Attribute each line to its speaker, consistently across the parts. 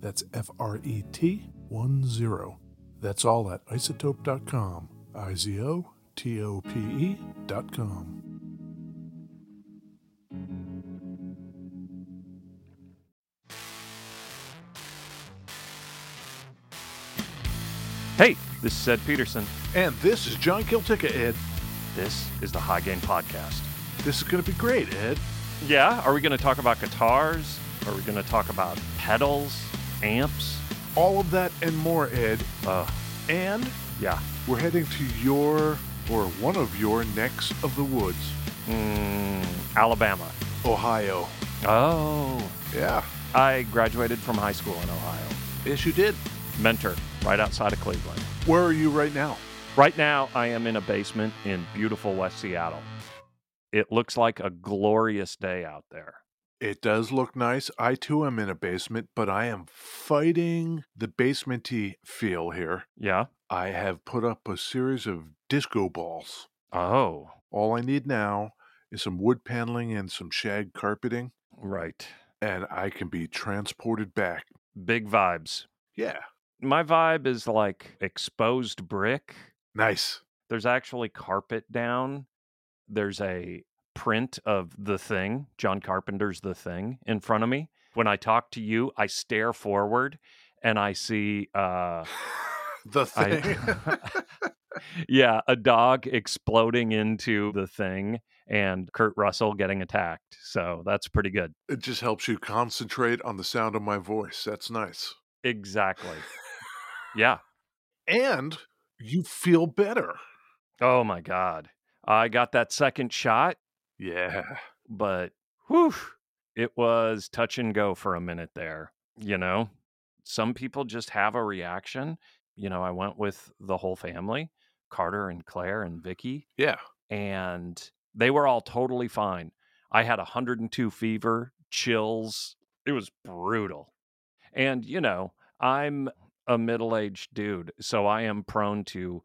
Speaker 1: That's F R E T 1 0. That's all at isotope.com. I Z O T O P E E.com.
Speaker 2: Hey, this is Ed Peterson.
Speaker 1: And this is John Kiltica, Ed.
Speaker 2: This is the High Gain Podcast.
Speaker 1: This is going to be great, Ed.
Speaker 2: Yeah, are we going to talk about guitars? Are we going to talk about pedals, amps?
Speaker 1: All of that and more, Ed.
Speaker 2: Uh,
Speaker 1: And
Speaker 2: yeah.
Speaker 1: we're heading to your or one of your necks of the woods,
Speaker 2: Mm, Alabama.
Speaker 1: Ohio.
Speaker 2: Oh,
Speaker 1: Yeah.
Speaker 2: I graduated from high school in Ohio.
Speaker 1: Yes, you did.
Speaker 2: Mentor, right outside of Cleveland.
Speaker 1: Where are you right now?
Speaker 2: Right now, I am in a basement in beautiful West Seattle. It looks like a glorious day out there.
Speaker 1: It does look nice. I too am in a basement, but I am fighting the basementy feel here.
Speaker 2: Yeah.
Speaker 1: I have put up a series of disco balls.
Speaker 2: Oh,
Speaker 1: All I need now is some wood paneling and some shag carpeting,
Speaker 2: right.
Speaker 1: and I can be transported back.
Speaker 2: Big vibes.
Speaker 1: Yeah,
Speaker 2: my vibe is like exposed brick.
Speaker 1: nice.
Speaker 2: There's actually carpet down. There's a print of The Thing, John Carpenter's The Thing, in front of me. When I talk to you, I stare forward and I see, uh,
Speaker 1: the thing.
Speaker 2: I, yeah, a dog exploding into The Thing and Kurt Russell getting attacked. So that's pretty good.
Speaker 1: it just helps you concentrate on the sound of my voice. That's nice.
Speaker 2: Exactly. yeah.
Speaker 1: And you feel better.
Speaker 2: Oh my God. I got that second shot.
Speaker 1: Yeah.
Speaker 2: but whew, it was touch and go for a minute there. You know, some people just have a reaction. You know, I went with the whole family, Carter and Claire and Vicky,
Speaker 1: Yeah.
Speaker 2: and they were all totally fine. I had 102 fever, chills. It was brutal. And, you know, I'm a middle aged dude, so I am prone to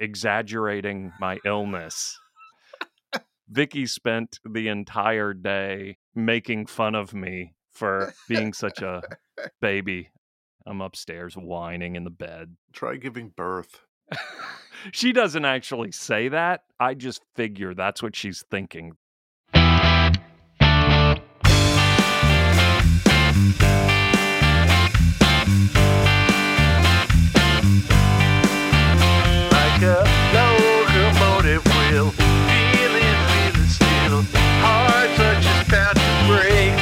Speaker 2: exaggerating my illness. Vicky spent the entire day making fun of me for being such a baby. I'm upstairs whining in the bed
Speaker 1: Try giving birth.
Speaker 2: she doesn't actually say that. I just figure that's what she's thinking.
Speaker 3: like a locomotive wheel, feeling, feeling still. Hard such as about to break.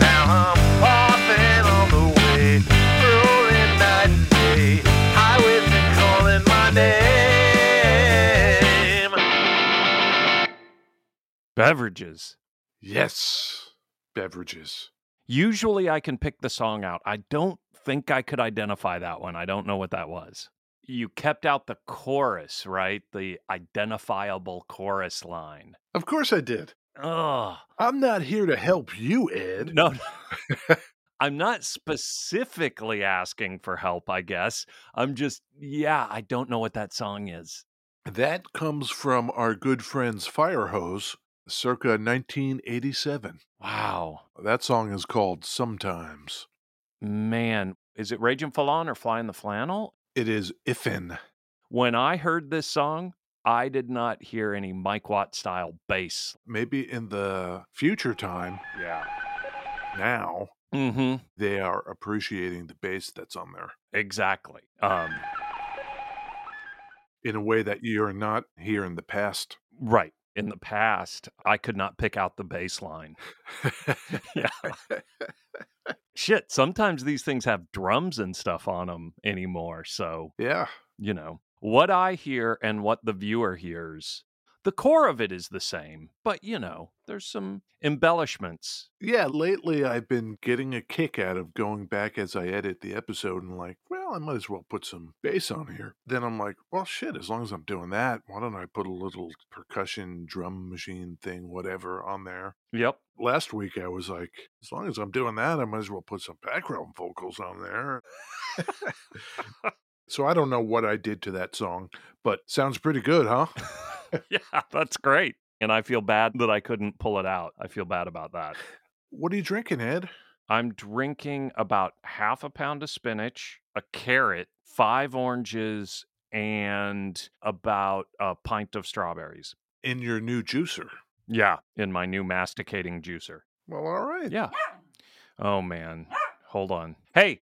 Speaker 3: Now I'm off and on the way, rolling night and day. Highways been calling my name.
Speaker 2: Beverages.
Speaker 1: Yes. Beverages.
Speaker 2: Usually I can pick the song out. I don't think I could identify that one. I don't know what that was. You kept out the chorus, right? The identifiable chorus line.
Speaker 1: Of course I did.
Speaker 2: Ugh.
Speaker 1: I'm not here to help you, Ed.
Speaker 2: No, I'm not specifically asking for help, I guess. I'm just, yeah, I don't know what that song is.
Speaker 1: That comes from our good friends Firehose, circa 1987.
Speaker 2: Wow.
Speaker 1: That song is called Sometimes.
Speaker 2: Man, is it Raging Fallon or Flying the Flannel?
Speaker 1: It is Iffin.
Speaker 2: When I heard this song, I did not hear any Mike Watt style bass.
Speaker 1: Maybe in the future time. Yeah. Now
Speaker 2: Mm-hmm.
Speaker 1: they are appreciating the bass that's on there
Speaker 2: Exactly. Um,
Speaker 1: in a way that you're not here in the past.
Speaker 2: right. In the past, I could not pick out the bass line. Yeah. Shit, sometimes these things have drums and stuff on them anymore. So
Speaker 1: yeah.
Speaker 2: you know, what I hear and what the viewer hears. The core of it is the same, but you know, there's some embellishments.
Speaker 1: Yeah, lately I've been getting a kick out of going back as I edit the episode and like, well, I might as well put some bass on here. Then I'm like, well, shit, as long as I'm doing that, why don't I put a little percussion drum machine thing, whatever, on there?
Speaker 2: Yep.
Speaker 1: Last week I was like, as long as I'm doing that, I might as well put some background vocals on there. so I don't know what I did to that song, but sounds pretty good, huh?
Speaker 2: yeah, that's great. And I feel bad that I couldn't pull it out. I feel bad about that.
Speaker 1: What are you drinking, Ed?
Speaker 2: I'm drinking about half a pound of spinach, a carrot, five oranges, and about a pint of strawberries.
Speaker 1: In your new juicer.
Speaker 2: Yeah, in my new masticating juicer.
Speaker 1: Well, all right.
Speaker 2: Yeah. Oh man. Hold on. Hey,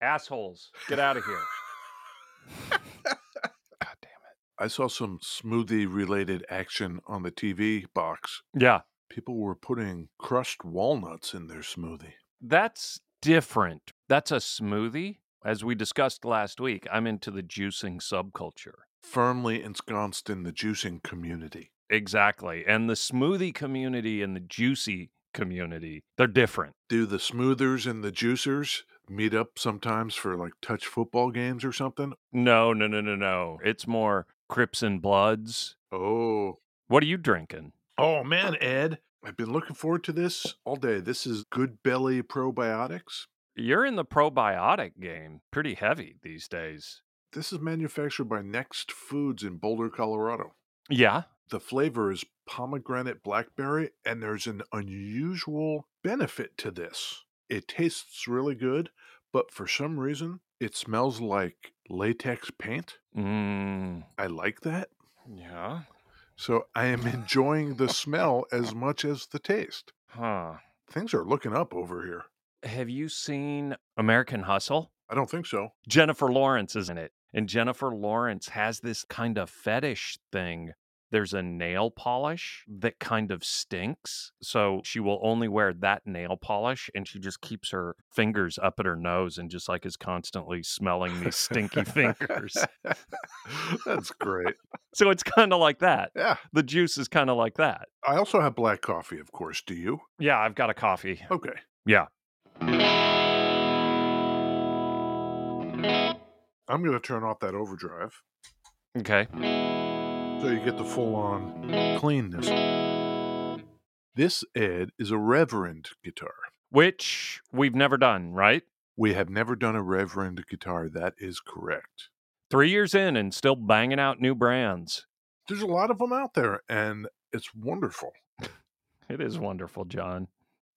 Speaker 2: assholes, get out of here. God damn
Speaker 1: I saw some smoothie related action on the TV box.
Speaker 2: it. Yeah,
Speaker 1: People were putting crushed walnuts in their smoothie.
Speaker 2: that's different. That's a smoothie. As we discussed last week, I'm into the juicing subculture.
Speaker 1: Firmly ensconced in the juicing community.
Speaker 2: Exactly. And the smoothie community and the juicy community, they're different.
Speaker 1: Do the smoothers and the juicers meet up sometimes for like touch football games or something?
Speaker 2: No, no, no, no, no. It's more Crips and Bloods.
Speaker 1: Oh.
Speaker 2: What are you drinking?
Speaker 1: Oh, man, Ed. I've been looking forward to this all day. This is Good Belly Probiotics.
Speaker 2: You're in the probiotic game pretty heavy these days.
Speaker 1: This is manufactured by Next Foods in Boulder, Colorado.
Speaker 2: Yeah.
Speaker 1: the flavor is pomegranate blackberry, and there's an unusual benefit to this. It tastes really good, but for some reason, it smells like latex paint.
Speaker 2: Mm.
Speaker 1: I like that.
Speaker 2: Yeah.
Speaker 1: So I am enjoying the smell as much as the taste.
Speaker 2: Huh.
Speaker 1: Things are looking up over here.
Speaker 2: Have you seen American Hustle?
Speaker 1: I don't think so.
Speaker 2: Jennifer Lawrence is in it. And Jennifer Lawrence has this kind of fetish thing. There's a nail polish that kind of stinks. So she will only wear that nail polish and she just keeps her fingers up at her nose and just like is constantly smelling these stinky fingers.
Speaker 1: That's great.
Speaker 2: So it's kind of like that.
Speaker 1: Yeah.
Speaker 2: The juice is kind of like that.
Speaker 1: I also have black coffee, of course. Do you?
Speaker 2: Yeah, I've got a coffee.
Speaker 1: Okay.
Speaker 2: Yeah.
Speaker 1: I'm going to turn off that overdrive
Speaker 2: Okay.
Speaker 1: So you get the full on cleanness. This, Ed, is a reverend guitar.
Speaker 2: Which we've never done, right?
Speaker 1: We have never done a reverend guitar. That is correct.
Speaker 2: Three years in and still banging out new brands.
Speaker 1: There's a lot of them out there, and it's wonderful.
Speaker 2: It is wonderful, John.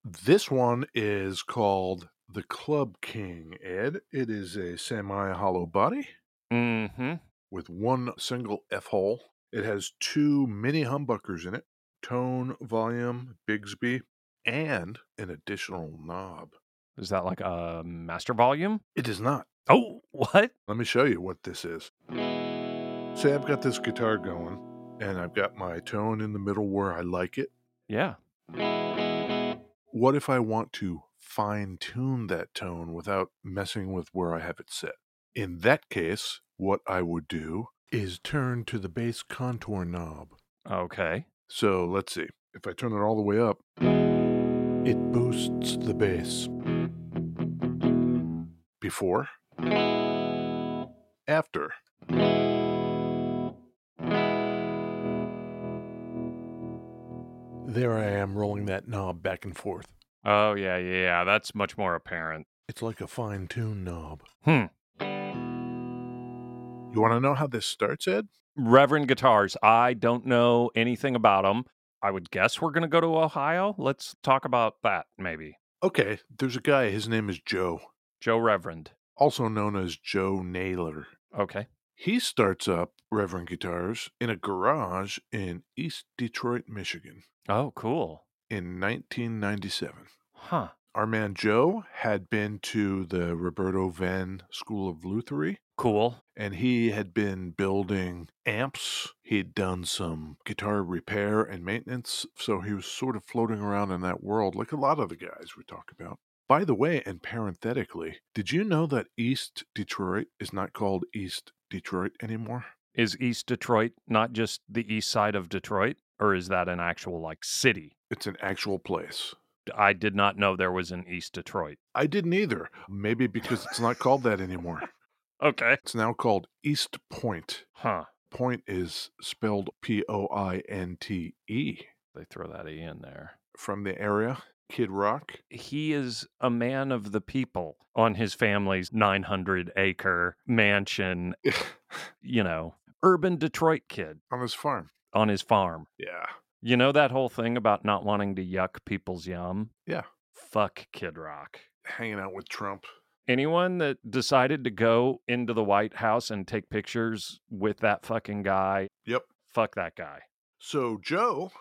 Speaker 1: This one is called the Club King, Ed. It is a semi hollow body
Speaker 2: Mm-hmm.
Speaker 1: with one single F hole. It has two mini humbuckers in it tone, volume, Bigsby, and an additional knob.
Speaker 2: Is that like a master volume?
Speaker 1: It is not.
Speaker 2: Oh, what?
Speaker 1: Let me show you what this is. Say, I've got this guitar going, and I've got my tone in the middle where I like it.
Speaker 2: Yeah.
Speaker 1: What if I want to fine tune that tone without messing with where I have it set? In that case, what I would do is turn to the bass contour knob.
Speaker 2: Okay.
Speaker 1: So let's see. If I turn it all the way up, it boosts the bass. Before, after. There I am rolling that knob back and forth.
Speaker 2: Oh, yeah, yeah, yeah. That's much more apparent.
Speaker 1: It's like a fine tune knob.
Speaker 2: Hmm.
Speaker 1: You want to know how this starts, Ed?
Speaker 2: Reverend guitars. I don't know anything about them. I would guess we're going to go to Ohio. Let's talk about that maybe.
Speaker 1: Okay, there's a guy. His name is Joe,
Speaker 2: Joe Reverend.
Speaker 1: also known as Joe Naylor.
Speaker 2: Okay.
Speaker 1: He starts up Reverend Guitars in a garage in East Detroit, Michigan
Speaker 2: Oh, cool.
Speaker 1: in 1997.
Speaker 2: Huh.
Speaker 1: Our man Joe had been to the Roberto Venn School of Luthery
Speaker 2: Cool.
Speaker 1: and he had been building amps. He'd done some guitar repair and maintenance, so he was sort of floating around in that world like a lot of the guys we talk about. By the way, and parenthetically, did you know that East Detroit is not called East Detroit anymore?
Speaker 2: Is East Detroit not just the east side of Detroit or is that an actual like city?
Speaker 1: It's an actual place.
Speaker 2: I did not know there was an East Detroit.
Speaker 1: I didn't either. Maybe because it's not called that anymore.
Speaker 2: Okay.
Speaker 1: It's now called East Point.
Speaker 2: Huh.
Speaker 1: Point is spelled P O I N T E
Speaker 2: They throw that E in there.
Speaker 1: from the area. Kid Rock.
Speaker 2: He is a man of the people on his family's 900 acre mansion, you know, urban Detroit kid
Speaker 1: on his farm.
Speaker 2: on his farm.
Speaker 1: Yeah.
Speaker 2: You know that whole thing about not wanting to yuck people's yum?
Speaker 1: Yeah.
Speaker 2: Fuck Kid Rock.
Speaker 1: Hanging out with Trump.
Speaker 2: Anyone that decided to go into the White House and take pictures with that fucking guy,
Speaker 1: Yep.
Speaker 2: fuck that guy.
Speaker 1: So Joe,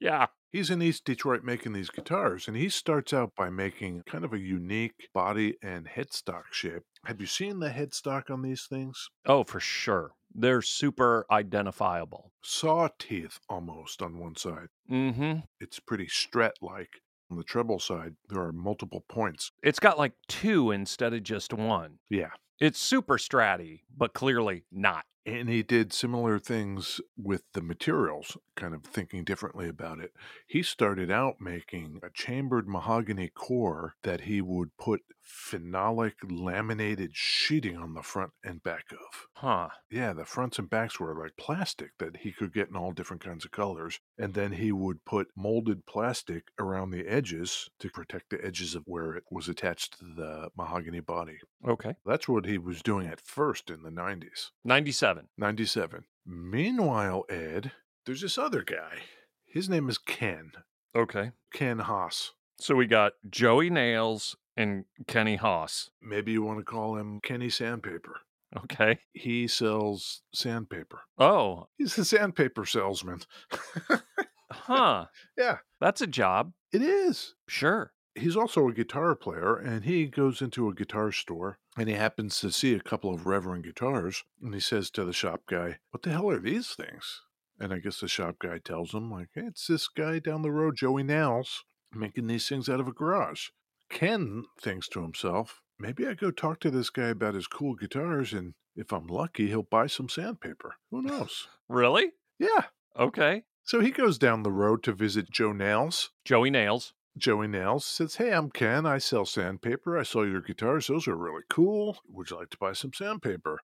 Speaker 2: Yeah.
Speaker 1: he's in East Detroit making these guitars, and he starts out by making kind of a unique body and headstock shape. Have you seen the headstock on these things?
Speaker 2: Oh, for sure. They're super identifiable.
Speaker 1: Saw teeth almost on one side.
Speaker 2: Mm hmm.
Speaker 1: It's pretty strat like. On the treble side, there are multiple points.
Speaker 2: It's got like two instead of just one.
Speaker 1: Yeah.
Speaker 2: It's super stratty, but clearly not.
Speaker 1: And he did similar things with the materials, kind of thinking differently about it. He started out making a chambered mahogany core that he would put phenolic laminated sheeting on the front and back of.
Speaker 2: Huh.
Speaker 1: Yeah, the fronts and backs were like plastic that he could get in all different kinds of colors. And then he would put molded plastic around the edges to protect the edges of where it was attached to the mahogany body.
Speaker 2: Okay.
Speaker 1: That's what he was doing at first in the 90s.
Speaker 2: 97.
Speaker 1: 97. Meanwhile, Ed, there's this other guy. His name is Ken.
Speaker 2: Okay.
Speaker 1: Ken Haas.
Speaker 2: So we got Joey Nails and Kenny Haas.
Speaker 1: Maybe you want to call him Kenny Sandpaper.
Speaker 2: Okay.
Speaker 1: He sells sandpaper.
Speaker 2: Oh,
Speaker 1: He's the sandpaper salesman.
Speaker 2: huh.
Speaker 1: Yeah.
Speaker 2: That's a job.
Speaker 1: It is.
Speaker 2: Sure.
Speaker 1: He's also a guitar player, and he goes into a guitar store and he happens to see a couple of Reverend guitars. And he says to the shop guy, What the hell are these things? And I guess the shop guy tells him, like, hey, it's this guy down the road, Joey Nals, making these things out of a garage. Ken thinks to himself, maybe I go talk to this guy about his cool guitars, and if I'm lucky, he'll buy some sandpaper. Who knows?
Speaker 2: Really?
Speaker 1: yeah.
Speaker 2: Okay.
Speaker 1: So he goes down the road to visit Joe Nals.
Speaker 2: Joey Nails.
Speaker 1: Joey Nails says, Hey, I'm Ken. I sell sandpaper. I saw your guitars. Those are really cool. Would you like to buy some sandpaper?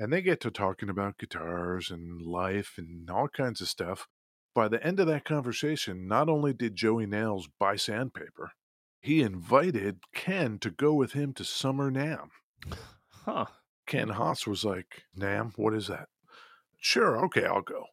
Speaker 1: And they get to talking about guitars and life and all kinds of stuff. By the end of that conversation, not only did Joey Nails buy sandpaper, he invited Ken to go with him to Summer NAM.
Speaker 2: Huh.
Speaker 1: Ken Haas was like, NAM, what is that? Sure, okay, I'll go.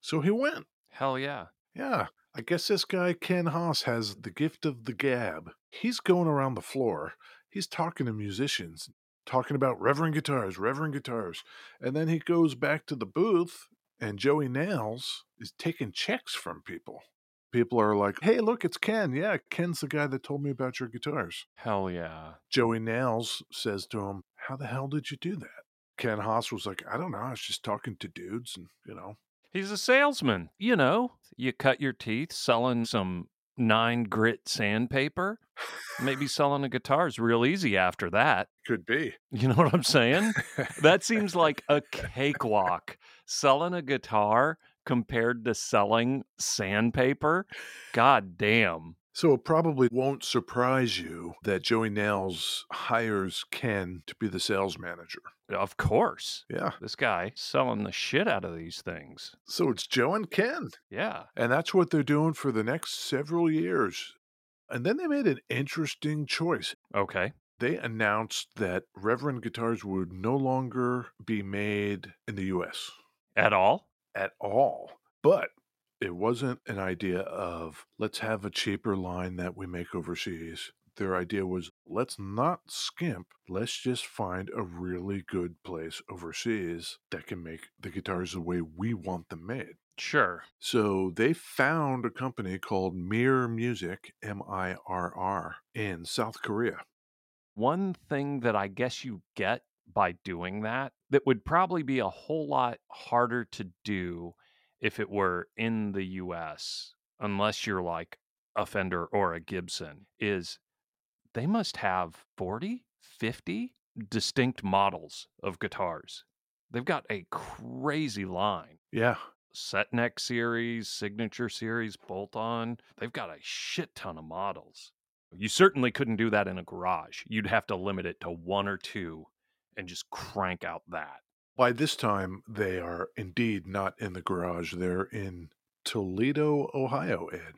Speaker 1: So he went.
Speaker 2: Hell yeah.
Speaker 1: Yeah, I guess this guy Ken Haas has the gift of the gab. He's going around the floor. He's talking to musicians, talking about Reverend guitars, Reverend guitars, and then he goes back to the booth, and Joey Nails is taking checks from people. People are like, "Hey, look, it's Ken. Yeah, Ken's the guy that told me about your guitars."
Speaker 2: Hell yeah.
Speaker 1: Joey Nails says to him, "How the hell did you do that?" Ken Haas was like, "I don't know. I was just talking to dudes, and you know,
Speaker 2: He's a salesman. You know, you cut your teeth selling some nine grit sandpaper. Maybe selling a guitar is real easy after that.
Speaker 1: could be."
Speaker 2: You know what I'm saying? that seems like a cakewalk. Selling a guitar compared to selling sandpaper. God damn.
Speaker 1: So it probably won't surprise you that Joey Nails hires Ken to be the sales manager.
Speaker 2: Of course.
Speaker 1: Yeah.
Speaker 2: This guy selling the shit out of these things.
Speaker 1: So it's Joe and Ken.
Speaker 2: Yeah.
Speaker 1: And that's what they're doing for the next several years. And then they made an interesting choice.
Speaker 2: Okay.
Speaker 1: They announced that Reverend guitars would no longer be made in the US
Speaker 2: At all?
Speaker 1: at all. But it wasn't an idea of let's have a cheaper line that we make overseas. Their idea was let's not skimp, let's just find a really good place overseas that can make the guitars the way we want them made.
Speaker 2: Sure.
Speaker 1: So they found a company called Mirror Music, M I R R, in South Korea.
Speaker 2: One thing that I guess you get by doing that, that would probably be a whole lot harder to do if it were in the US, unless you're like a Fender or a Gibson, is they must have 40, 50 distinct models of guitars. They've got a crazy line.
Speaker 1: Yeah.
Speaker 2: set neck series, signature series, bolt on. They've got a shit ton of models. You certainly couldn't do that in a garage. You'd have to limit it to one or two and just crank out that.
Speaker 1: By this time, they are indeed not in the garage. They're in Toledo, Ohio, Ed.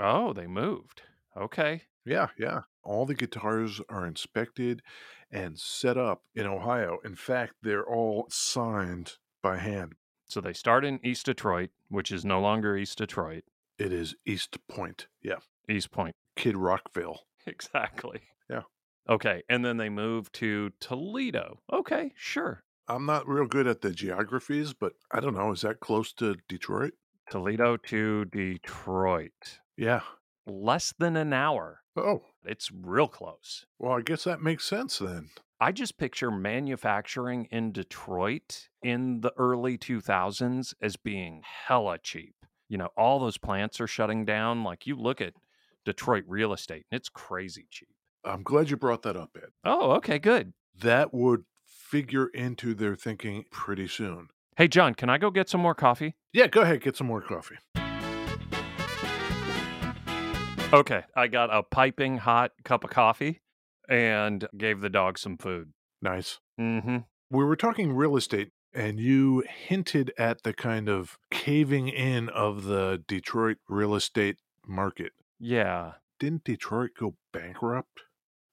Speaker 2: Oh, they moved. Okay.
Speaker 1: Yeah, yeah. All the guitars are inspected and set up in Ohio. In fact, they're all signed by hand.
Speaker 2: So they start in East Detroit, which is no longer East Detroit,
Speaker 1: It is East Point. Yeah.
Speaker 2: East Point.
Speaker 1: Kid Rockville.
Speaker 2: Exactly.
Speaker 1: Yeah.
Speaker 2: Okay. And then they move to Toledo. Okay. Sure.
Speaker 1: I'm not real good at the geographies, but I don't know. Is that close to Detroit?
Speaker 2: Toledo to Detroit.
Speaker 1: Yeah.
Speaker 2: Less than an hour.
Speaker 1: Oh,
Speaker 2: It's real close.
Speaker 1: well, I guess that makes sense then.
Speaker 2: I just picture manufacturing in Detroit in the early 2000s as being hella cheap. You know, all those plants are shutting down. Like you look at Detroit real estate and it's crazy cheap.
Speaker 1: I'm glad you brought that up, Ed.
Speaker 2: Oh, okay, good.
Speaker 1: That would figure into their thinking pretty soon.
Speaker 2: Hey, John, can I go get some more coffee?
Speaker 1: Yeah, go ahead, get some more coffee.
Speaker 2: Okay, I got a piping hot cup of coffee and gave the dog some food.
Speaker 1: Nice.
Speaker 2: Mm hmm.
Speaker 1: We were talking real estate, and you hinted at the kind of caving in of the Detroit real estate market.
Speaker 2: Yeah.
Speaker 1: Didn't Detroit go bankrupt?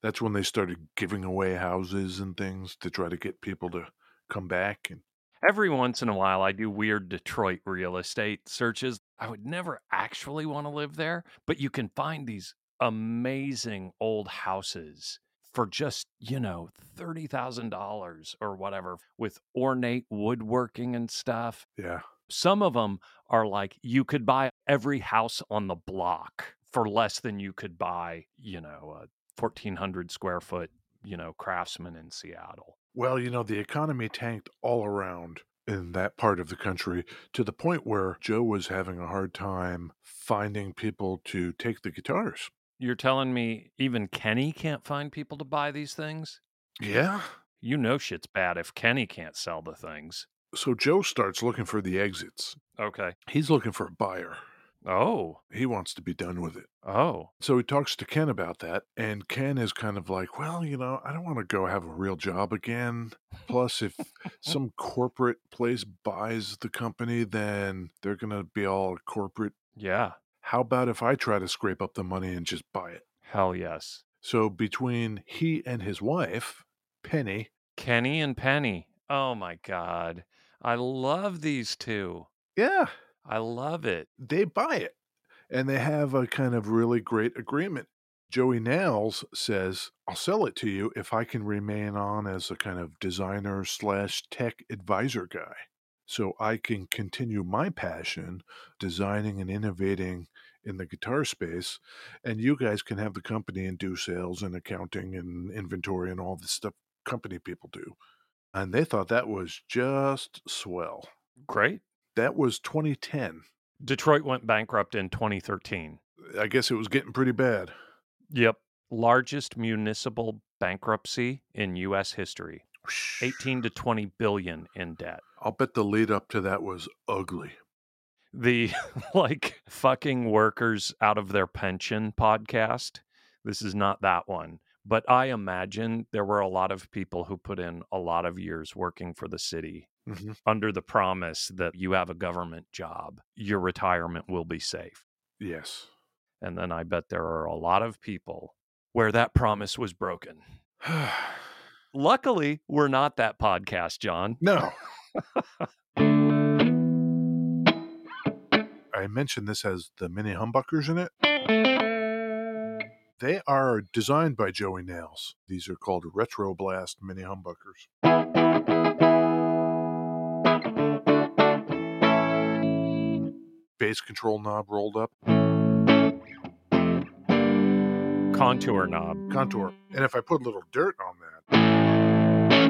Speaker 1: That's when they started giving away houses and things to try to get people to come back. And
Speaker 2: Every once in a while, I do weird Detroit real estate searches. I would never actually want to live there, but you can find these amazing old houses for just, you know, $30,000 or whatever with ornate woodworking and stuff.
Speaker 1: yeah,
Speaker 2: Some of them are like you could buy every house on the block for less than you could buy, you know, a 1,400 square foot, you know, craftsman in Seattle.
Speaker 1: Well, you know, the economy tanked all around in that part of the country to the point where Joe was having a hard time finding people to take the guitars.
Speaker 2: You're telling me even Kenny can't find people to buy these things?
Speaker 1: Yeah.
Speaker 2: You know shit's bad if Kenny can't sell the things.
Speaker 1: So Joe starts looking for the exits.
Speaker 2: Okay.
Speaker 1: He's looking for a buyer.
Speaker 2: Oh.
Speaker 1: He wants to be done with it.
Speaker 2: Oh.
Speaker 1: So he talks to Ken about that. And Ken is kind of like, well, you know, I don't want to go have a real job again. Plus, if some corporate place buys the company, then they're going to be all corporate
Speaker 2: Yeah.
Speaker 1: how about if I try to scrape up the money and just buy it?
Speaker 2: Hell yes.
Speaker 1: So between he and his wife, Penny,
Speaker 2: Kenny and Penny. Oh my god. I love these two.
Speaker 1: yeah,
Speaker 2: I love it.
Speaker 1: they buy it. And they have a kind of really great agreement. Joey Nails says, I'll sell it to you if I can remain on as a kind of designer slash tech advisor guy. So I can continue my passion, designing and innovating in the guitar space. And you guys can have the company and do sales and accounting and inventory and all the stuff company people do. And they thought that was just swell.
Speaker 2: Great.
Speaker 1: That was 2010.
Speaker 2: Detroit went bankrupt in 2013.
Speaker 1: I guess it was getting pretty bad.
Speaker 2: Yep. Largest municipal bankruptcy in US history. 18 to 20 billion in debt.
Speaker 1: I'll bet the lead up to that was ugly.
Speaker 2: the like fucking workers out of their pension podcast. This is not that one. But I imagine there were a lot of people who put in a lot of years working for the city
Speaker 1: Mhm.
Speaker 2: under the promise that you have a government job, your retirement will be safe.
Speaker 1: Yes.
Speaker 2: And then I bet there are a lot of people where that promise was broken. Luckily, we're not that podcast, John.
Speaker 1: no. I mentioned this has the mini humbuckers in it. They are designed by Joey Nails. These are called Retro Blast mini humbuckers. Bass control knob rolled up,
Speaker 2: Contour knob.
Speaker 1: contour. And if I put a little dirt on that,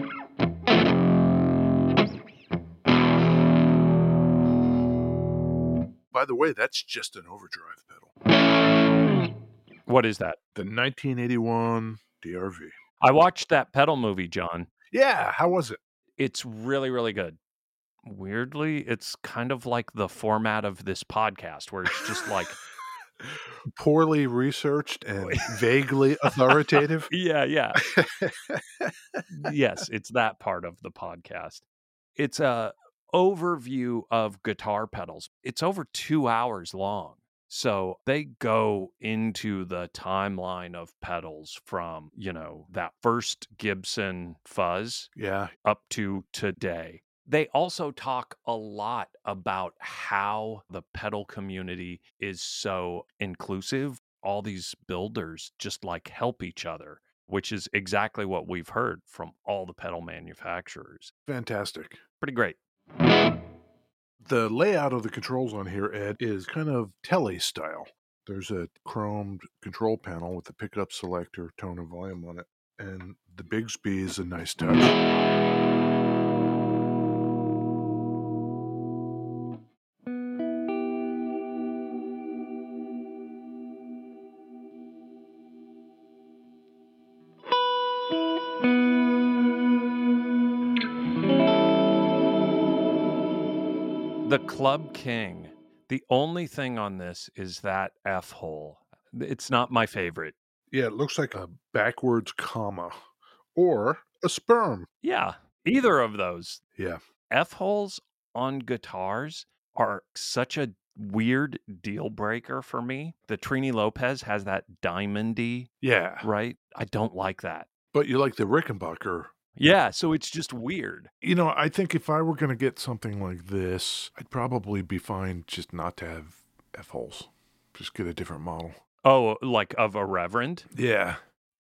Speaker 1: by the way, that's just an overdrive pedal.
Speaker 2: What is that?
Speaker 1: The 1981 DRV.
Speaker 2: I watched that pedal movie, John.
Speaker 1: Yeah, how was it?
Speaker 2: It's really, really good. Weirdly, it's kind of like the format of this podcast where it's just like,
Speaker 1: Poorly researched and vaguely authoritative.
Speaker 2: yeah, yeah. yes, it's that part of the podcast. It's a overview of guitar pedals. It's over 2 hours long. So they go into the timeline of pedals from, you know, that first Gibson fuzz
Speaker 1: Yeah,
Speaker 2: up to today. They also talk a lot about how the pedal community is so inclusive. All these builders just like help each other, which is exactly what we've heard from all the pedal manufacturers.
Speaker 1: fantastic.
Speaker 2: Pretty great.
Speaker 1: The layout of the controls on here, Ed, is kind of tele style. There's a chromed control panel with the pickup selector, tone, and volume on it. And the Bigsby is a nice touch.
Speaker 2: The Club King. The only thing on this is that F hole. It's not my favorite.
Speaker 1: Yeah, it looks like a backwards comma or a sperm.
Speaker 2: Yeah, either of those.
Speaker 1: Yeah.
Speaker 2: F holes on guitars are such a weird deal breaker for me. The Trini Lopez has that diamondy,
Speaker 1: Yeah.
Speaker 2: right? I don't like that.
Speaker 1: But you like the Rickenbacker
Speaker 2: Yeah, so it's just weird.
Speaker 1: You know, I think if I were going to get something like this, I'd probably be fine just not to have F holes. Just get a different model.
Speaker 2: Oh, like of a reverend?
Speaker 1: Yeah.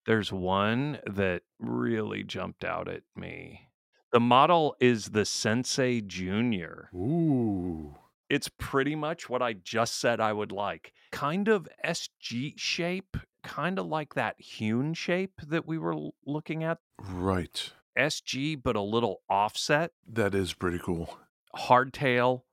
Speaker 2: There's one that really jumped out at me. The model is the Sensei Junior.
Speaker 1: Ooh.
Speaker 2: It's pretty much what I just said I would like. Kind of SG shape, kind of like that hewn shape that we were l- looking at.
Speaker 1: Right.
Speaker 2: SG, but a little offset,
Speaker 1: That is pretty cool.
Speaker 2: hardtail,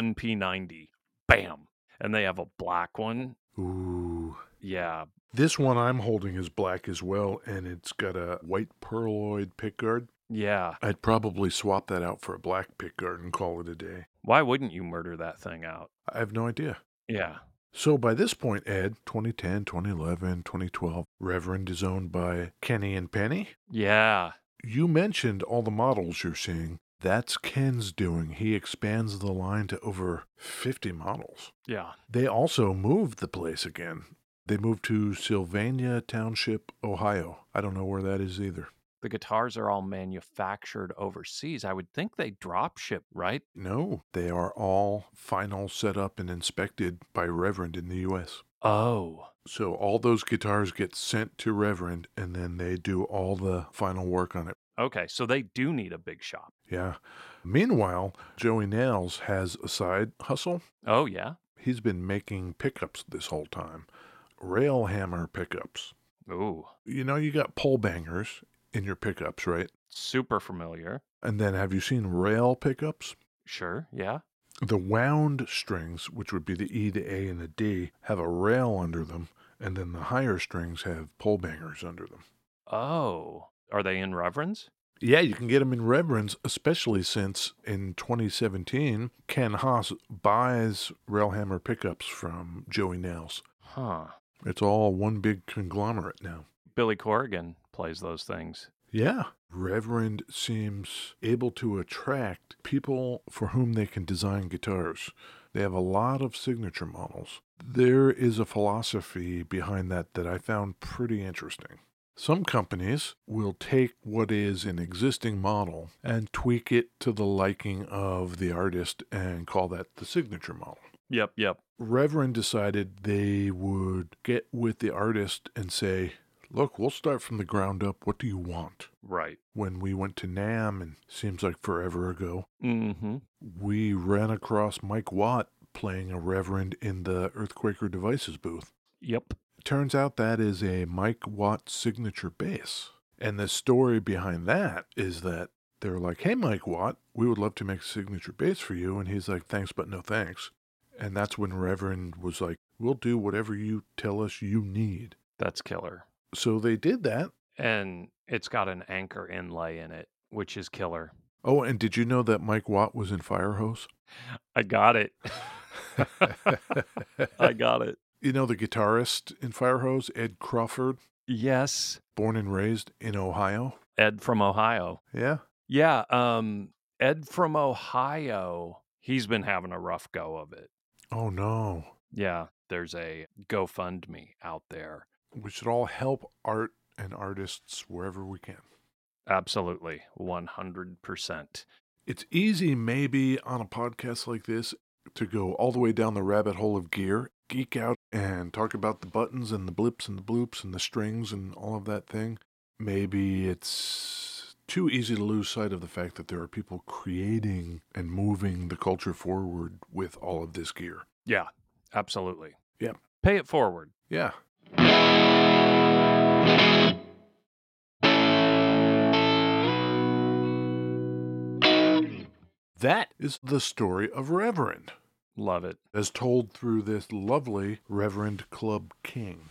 Speaker 2: 1P90. Bam. And they have a black one.
Speaker 1: Ooh.
Speaker 2: Yeah.
Speaker 1: This one I'm holding is black as well, and it's got a white perloid pickguard.
Speaker 2: Yeah.
Speaker 1: I'd probably swap that out for a black pickguard and call it a day.
Speaker 2: Why wouldn't you murder that thing out?
Speaker 1: I have no idea.
Speaker 2: Yeah.
Speaker 1: So by this point, Ed, 2010, 2011, 2012, Reverend is owned by Kenny and Penny.
Speaker 2: Yeah.
Speaker 1: You mentioned all the models you're seeing. That's Ken's doing. He expands the line to over 50 models.
Speaker 2: Yeah.
Speaker 1: They also moved the place again. They moved to Sylvania Township, Ohio. I don't know where that is either.
Speaker 2: The guitars are all manufactured overseas. I would think they drop ship, right?
Speaker 1: No, they are all final set up and inspected by Reverend in the U.S.
Speaker 2: Oh.
Speaker 1: So all those guitars get sent to Reverend and then they do all the final work on it.
Speaker 2: Okay. So they do need a big shop.
Speaker 1: Yeah. Meanwhile, Joey Nails has a side hustle.
Speaker 2: Oh, yeah.
Speaker 1: He's been making pickups this whole time. Rail hammer pickups.
Speaker 2: Ooh.
Speaker 1: You know, you got pole bangers in your pickups, right?
Speaker 2: Super familiar.
Speaker 1: And then have you seen rail pickups?
Speaker 2: Sure. Yeah.
Speaker 1: The wound strings, which would be the E, the A, and the D, have a rail under them, and then the higher strings have pole bangers under them.
Speaker 2: Oh. Are they in reverends?
Speaker 1: Yeah, you can get them in reverence, especially since in 2017, Ken Haas buys Railhammer pickups from Joey Nails.
Speaker 2: Huh.
Speaker 1: It's all one big conglomerate now.
Speaker 2: Billy Corrigan plays those things.
Speaker 1: Yeah. Reverend seems able to attract people for whom they can design guitars. They have a lot of signature models. There is a philosophy behind that that I found pretty interesting. Some companies will take what is an existing model and tweak it to the liking of the artist and call that the signature model.
Speaker 2: Yep, yep.
Speaker 1: Reverend decided they would get with the artist and say, Look, we'll start from the ground up. What do you want?
Speaker 2: Right.
Speaker 1: When we went to NAM, and seems like forever ago,
Speaker 2: Mm-hmm.
Speaker 1: we ran across Mike Watt playing a Reverend in the Earthquaker Devices booth.
Speaker 2: Yep.
Speaker 1: Turns out that is a Mike Watt signature bass. And the story behind that is that they're like, hey, Mike Watt, we would love to make a signature bass for you. And he's like, thanks, but no thanks. And that's when Reverend was like, we'll do whatever you tell us you need.
Speaker 2: That's killer.
Speaker 1: So they did that.
Speaker 2: And it's got an anchor inlay in it, which is killer.
Speaker 1: Oh, and did you know that Mike Watt was in Firehose?
Speaker 2: I got it. I got it.
Speaker 1: you know the guitarist in Firehose, Ed Crawford,
Speaker 2: Yes.
Speaker 1: born and raised in Ohio?
Speaker 2: Ed from Ohio.
Speaker 1: Yeah.
Speaker 2: Yeah. Um, Ed from Ohio, he's been having a rough go of it.
Speaker 1: Oh, no.
Speaker 2: Yeah. There's a GoFundMe out there.
Speaker 1: we should all help art and artists wherever we can.
Speaker 2: Absolutely. 100%.
Speaker 1: It's easy, maybe, on a podcast like this to go all the way down the rabbit hole of gear, geek out, and talk about the buttons and the blips and the bloops and the strings and all of that thing. Maybe it's too easy to lose sight of the fact that there are people creating and moving the culture forward with all of this gear.
Speaker 2: Yeah. Absolutely.
Speaker 1: Yeah.
Speaker 2: Pay it forward.
Speaker 1: Yeah. That is the story of Reverend,
Speaker 2: Love it.
Speaker 1: as told through this lovely Reverend Club King.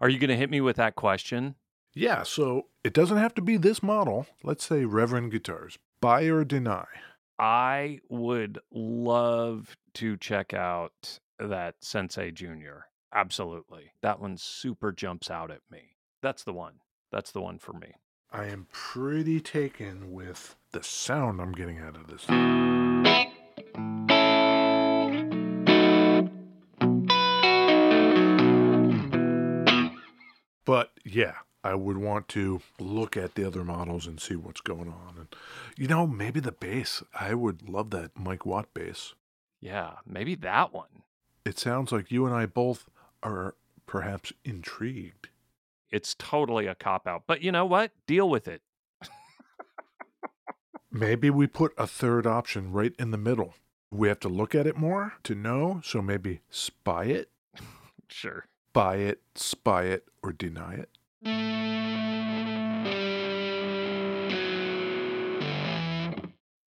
Speaker 2: Are you going to hit me with that question?
Speaker 1: Yeah, so it doesn't have to be this model. Let's say Reverend Guitars. Buy or deny?
Speaker 2: I would love to check out that Sensei Junior. Absolutely. That one super jumps out at me. That's the one. That's the one for me.
Speaker 1: I am pretty taken with the sound I'm getting out of this. But yeah, I would want to look at the other models and see what's going on. And you know, maybe the bass. I would love that Mike Watt bass.
Speaker 2: Yeah, maybe that one.
Speaker 1: It sounds like you and I both are perhaps intrigued.
Speaker 2: It's totally a cop out. But you know what? Deal with it.
Speaker 1: Maybe we put a third option right in the middle. We have to look at it more to know, so maybe spy it,
Speaker 2: Sure.
Speaker 1: buy it, spy it, or deny it.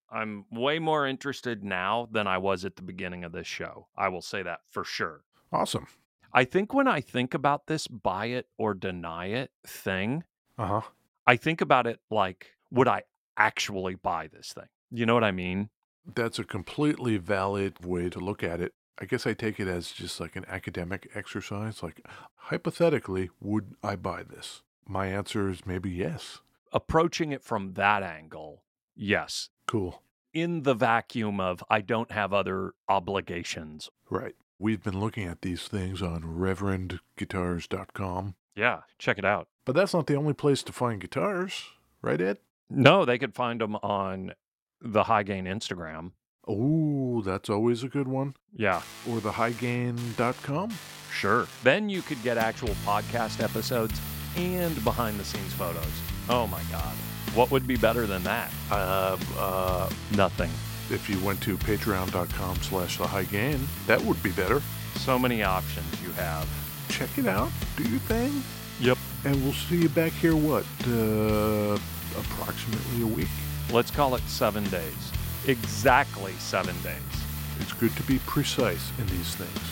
Speaker 2: I'm way more interested now than I was at the beginning of this show. I will say that for sure.
Speaker 1: Awesome.
Speaker 2: I think when I think about this buy it or deny it thing,
Speaker 1: Uh huh.
Speaker 2: I think about it like, would I actually buy this thing? You know what I mean?
Speaker 1: That's a completely valid way to look at it. I guess I take it as just like an academic exercise. Like, hypothetically, would I buy this? My answer is maybe yes.
Speaker 2: Approaching it from that angle, yes.
Speaker 1: Cool.
Speaker 2: In the vacuum of, I don't have other obligations.
Speaker 1: Right. We've been looking at these things on reverendguitars.com,
Speaker 2: Yeah, check it out.
Speaker 1: but that's not the only place to find guitars, right, Ed?
Speaker 2: No, they could find them on the High Gain Instagram.
Speaker 1: Oh, that's always a good one.
Speaker 2: Yeah,
Speaker 1: Or the highgain.com.
Speaker 2: sure. Then you could get actual podcast episodes and behind the scenes photos. Oh my God. What would be better than that?
Speaker 1: Uh, uh,
Speaker 2: Nothing.
Speaker 1: if you went to patreon.com slash the highgain, that would be better.
Speaker 2: So many options you have.
Speaker 1: Check it out. Do your thing.
Speaker 2: Yep.
Speaker 1: And we'll see you back here, what, uh, approximately a week?
Speaker 2: Let's call it seven days. Exactly seven days.
Speaker 1: It's good to be precise in these things.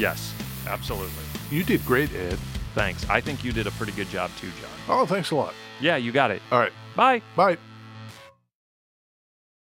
Speaker 2: Yes, absolutely.
Speaker 1: You did great, Ed.
Speaker 2: Thanks. I think you did a pretty good job too, John.
Speaker 1: Oh, thanks a lot.
Speaker 2: Yeah, you got it.
Speaker 1: All right.
Speaker 2: Bye.
Speaker 1: Bye.